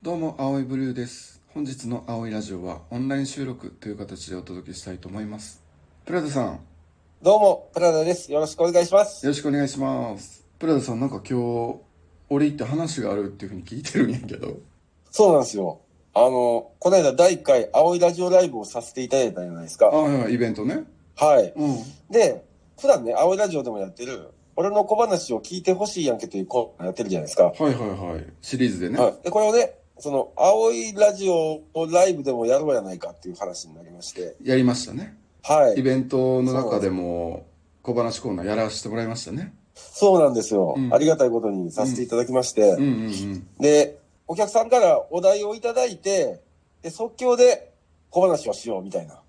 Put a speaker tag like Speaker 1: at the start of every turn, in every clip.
Speaker 1: どうも、青いブルーです。本日の青いラジオはオンライン収録という形でお届けしたいと思います。プラダさん、よ
Speaker 2: どうも、プラダです。よろしくお願いします。
Speaker 1: ろしくお願いします。プラダさん、なんか今日、俺行って話があるっていうふうに聞いてるんやけど。
Speaker 2: そうなんですよ。あの、この間第1回、青いラジオライブをさせていただいたじゃないです
Speaker 1: あ
Speaker 2: か。
Speaker 1: はいはい、イベントね。
Speaker 2: はい。
Speaker 1: うん。
Speaker 2: で、普段ね、青いラジオでもやってる、俺の小話を聞いてほしいやんけというコーナーやってるじゃないですか。
Speaker 1: はいはいはい。シリーズでね。
Speaker 2: はい。で、これをね、その、青いラジオをライブでもやろうやないかっていう話になりまして。
Speaker 1: やりましたね。
Speaker 2: は
Speaker 1: イ
Speaker 2: い。
Speaker 1: ベントの中でも、小話コーナーやらせてもらいましたね。
Speaker 2: そうなんですよ。
Speaker 1: うん
Speaker 2: ありがたいことにさせていただきまして。
Speaker 1: うんうんうん。
Speaker 2: で、お客さんからお題をいただいて、で、即興で小話をしようみたいな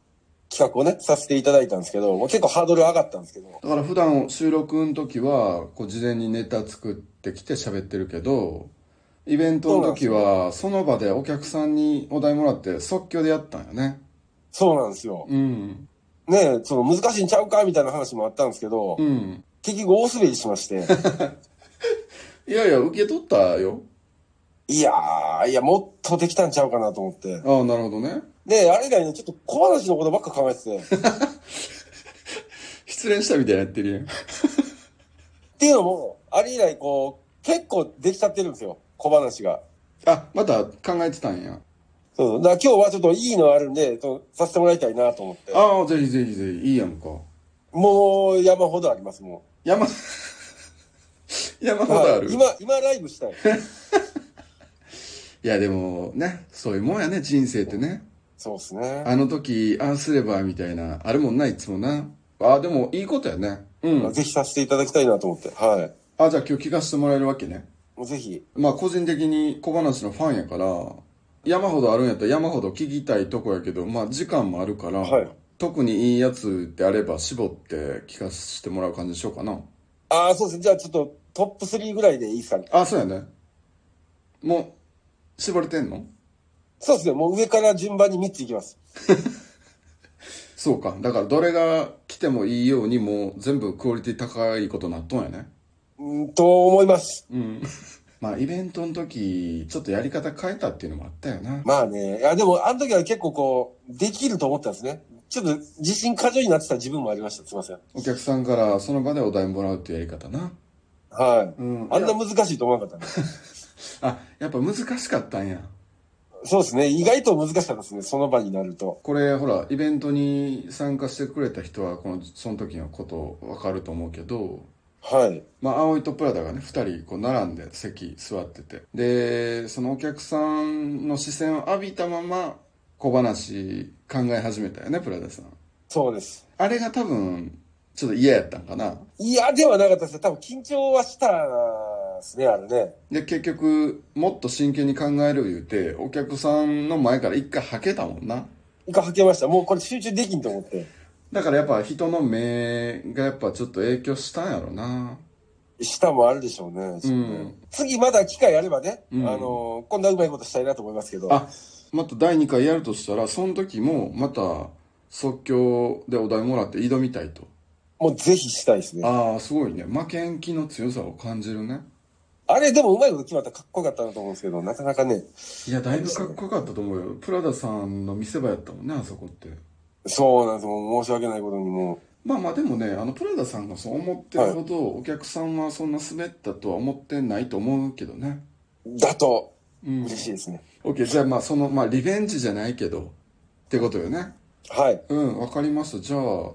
Speaker 2: 企画をね、させていただいたんですけど、もう結構ハードル上がったんですけど、
Speaker 1: だから普段収録の時は、こう事前にネタ作ってきて喋ってるけど、イベントの時は、その場でお客さんにお題もらって即興でやったんよね。
Speaker 2: そうなんですよ。
Speaker 1: うん。
Speaker 2: ねえその難しいんちゃうかみたいな話もあったんですけど、
Speaker 1: うん。
Speaker 2: 結局大滑りしまして、
Speaker 1: いやいや、受け取ったよ。
Speaker 2: いやー、いや、もっとできたんちゃうかなと思って。
Speaker 1: ああ、なるほどね。
Speaker 2: で、あれ以来ね、ちょっと小話のことばっか考えてて、っ
Speaker 1: 失恋したみたいにやってるやん。
Speaker 2: ていうのも、あれ以来こう、結構できちゃってるんですよ、小話が。
Speaker 1: あ、また考えてたんや。
Speaker 2: そう、だから今日はちょっといいのあるんで、そうさせてもらいたいなと思って。
Speaker 1: ああ、ぜひぜひぜひ、いいやんか。
Speaker 2: もう山ほどあります、もう。
Speaker 1: 山、 山ほどある。
Speaker 2: 今、今ライブしたい。
Speaker 1: いや、でもね、そういうもんやね、人生ってね。
Speaker 2: そうですね。
Speaker 1: あの時、ああすれば、みたいな、あるもんない、いつもな。ああ、でも、いいことやね。うん。
Speaker 2: ぜひさせていただきたいなと思って。は
Speaker 1: あ、じゃあ今日聞かせてもらえるわけね。
Speaker 2: い。もうぜひ。
Speaker 1: まあ、個人的に小話のファンやから、山ほどあるんやったら山ほど聞きたいとこやけど、まあ、時間もあるから、
Speaker 2: はい
Speaker 1: 特にいいやつであれば絞って聞かせてもらう感じでしようかな。
Speaker 2: ああ、そうですね。じゃあちょっとトップ3ぐらいでいいですかね。
Speaker 1: あ、そうやね。もう、絞れてんの
Speaker 2: そうですね。もう上から順番に3ついきます。
Speaker 1: そうか。だから、どれが来てもいいように、もう全部クオリティ高いことなっとんやね。
Speaker 2: うーん、と思います。
Speaker 1: うん。まあ、イベントの時、ちょっとやり方変えたっていうのもあったよな。
Speaker 2: まあね。いや、でもあの時は結構こう、できると思ったんですね。ちょっと自信過剰になってた自分もありました。すいません。
Speaker 1: お客さんからその場でお題もらうっていうやり方な。
Speaker 2: はい。
Speaker 1: うん
Speaker 2: あんな難しいと思わなかったね。
Speaker 1: あ、やっぱ難しかったんや。
Speaker 2: そうですね。意外と難しかったですね。その場になると。
Speaker 1: これ、ほら、イベントに参加してくれた人は、この、その時のことわかると思うけど、
Speaker 2: はい。
Speaker 1: まあ、葵とプラダがね、二人、こう、並んで席座ってて。で、そのお客さんの視線を浴びたまま、小話考え始めたよね、プラダさん。
Speaker 2: そうです。
Speaker 1: あれが多分、ちょっと嫌やったんかな。
Speaker 2: いや、ではなかったですね。多分緊張はしたですね、あれね。
Speaker 1: で、結局、もっと真剣に考える言うて、お客さんの前から一回はけたもんな。
Speaker 2: 一回吐けました。もうこれ集中できんと思って。
Speaker 1: だからやっぱ人の目がやっぱちょっと影響したんやろな。
Speaker 2: 下もあるでしょうね。
Speaker 1: うん
Speaker 2: 次まだ機会あればね、
Speaker 1: うん
Speaker 2: あのー、こんなうまいことしたいなと思いますけど。
Speaker 1: あ、また第2回やるとしたら、その時もまた即興でお題もらって挑みたいと。
Speaker 2: もうぜひしたいですね。あ
Speaker 1: ああ、すごいね。負けん気の強さを感じるね。
Speaker 2: れでもうまいこと決まったらかっこよかったなと思うんですけど、なかなかね、
Speaker 1: いや、だいぶかっこよかったと思うよ。プラダさんの見せ場やったもんね、あそこって。
Speaker 2: そうなんですもう申し訳ないことにも
Speaker 1: まあまあでもね、あの、プラダさんがそう思ってるほど、お客さんはそんな滑ったとは思ってないと思うけどね。
Speaker 2: う、だと
Speaker 1: うん
Speaker 2: 嬉。しいですね。
Speaker 1: OK、じゃあまあその、まあリベンジじゃないけど、ってことよね。
Speaker 2: はい。
Speaker 1: うん、わかりました。じゃあ、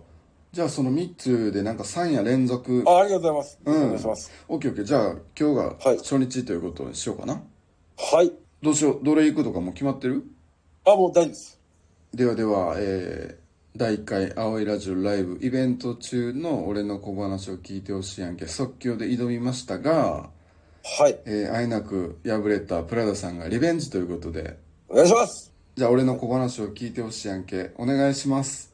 Speaker 1: じゃあその3つでなんか3夜連続。
Speaker 2: あありがとうございます。
Speaker 1: うん
Speaker 2: お願いします。
Speaker 1: オッケーオッケー。じゃあ今日
Speaker 2: は
Speaker 1: が
Speaker 2: い
Speaker 1: 初日ということにしようかな。
Speaker 2: はい。
Speaker 1: どうしよう、どれ行くとかもう決まってる
Speaker 2: あ、もう大丈夫です。
Speaker 1: ではでは、えー、第1回青いラジオライブイベント中の俺の小話を聞いてほしいやんけ、即興で挑みましたが、
Speaker 2: はい。
Speaker 1: えー、あえなく敗れたプラダさんがリベンジということで、
Speaker 2: お願いします。
Speaker 1: じゃあ俺の小話を聞いてほしいやんけ、お願いします。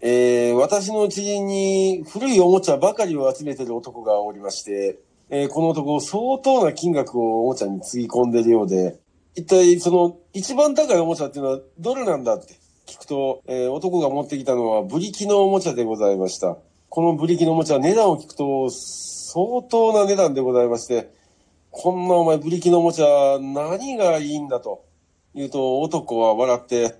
Speaker 2: えー私の知人に古いおもちゃばかりを集めてる男がおりまして、えーこの男相当な金額をおもちゃにつぎ込んでるようで、一体その一番高いおもちゃっていうのはどれなんだって聞くと、えー男が持ってきたのはブリキのおもちゃでございました。このブリキのおもちゃ値段を聞くと相当な値段でございまして、こんなお前ブリキのおもちゃ何がいいんだと言うと男は笑って、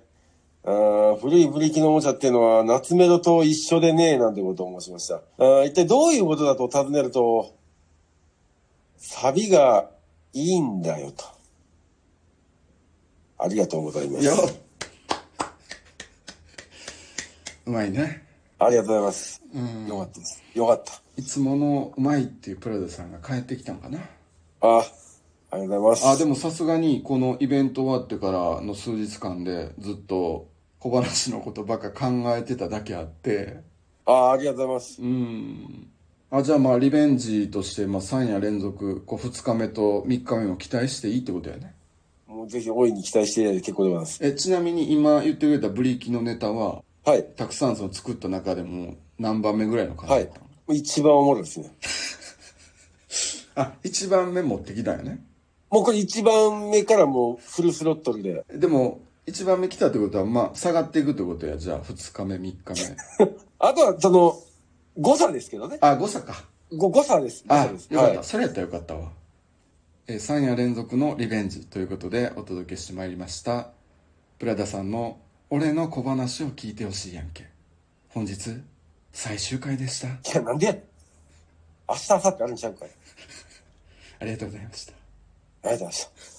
Speaker 2: あー古いブリキのおもちゃっていうのは夏メロと一緒でねえなんてことを申しました。あー一体どういうことだと尋ねると、サビがいいんだよと。ありがとうございま
Speaker 1: いや
Speaker 2: す。
Speaker 1: うまいね
Speaker 2: ありがとうございます。
Speaker 1: うん
Speaker 2: よかったです。よかった。
Speaker 1: いつものうまいっていうプロデューサーが帰ってきたんかな
Speaker 2: あーありがとうございます。
Speaker 1: あでもさすがにこのイベント終わってからの数日間でずっと小話のことばっか考えてただけあって
Speaker 2: あーありがとうございます。
Speaker 1: うんあじゃあまあリベンジとしてまあ3夜連続こう2日目と3日目も期待していいってことやね
Speaker 2: もうぜひ大いに期待していただいて結構でございます。
Speaker 1: えちなみに今言ってくれたブリキのネタは
Speaker 2: はい。
Speaker 1: たくさんその作った中でも何番目ぐらいの感じ
Speaker 2: は
Speaker 1: だ
Speaker 2: い
Speaker 1: ったの、。
Speaker 2: 一番おもろいですね。
Speaker 1: あ1番目持ってきたよね
Speaker 2: もうこれ一番目からもうフルスロットルで。
Speaker 1: でも1番目来たってことはまあ下がっていくってことやじゃあ2日目3日目
Speaker 2: あとは、その、誤差ですけどね。
Speaker 1: あ誤差か
Speaker 2: ご誤差です。誤
Speaker 1: あ
Speaker 2: 差です。
Speaker 1: よかった、
Speaker 2: はい
Speaker 1: それやったらよかったわ、えー、3夜連続のリベンジということでお届けしてまいりましたプラダさんの「俺の小話を聞いてほしいやんけ」本日最終回でした
Speaker 2: いや、なんでやねん明日、明後日あるんちゃうかい。
Speaker 1: ありがとうございました
Speaker 2: ありがとうございました。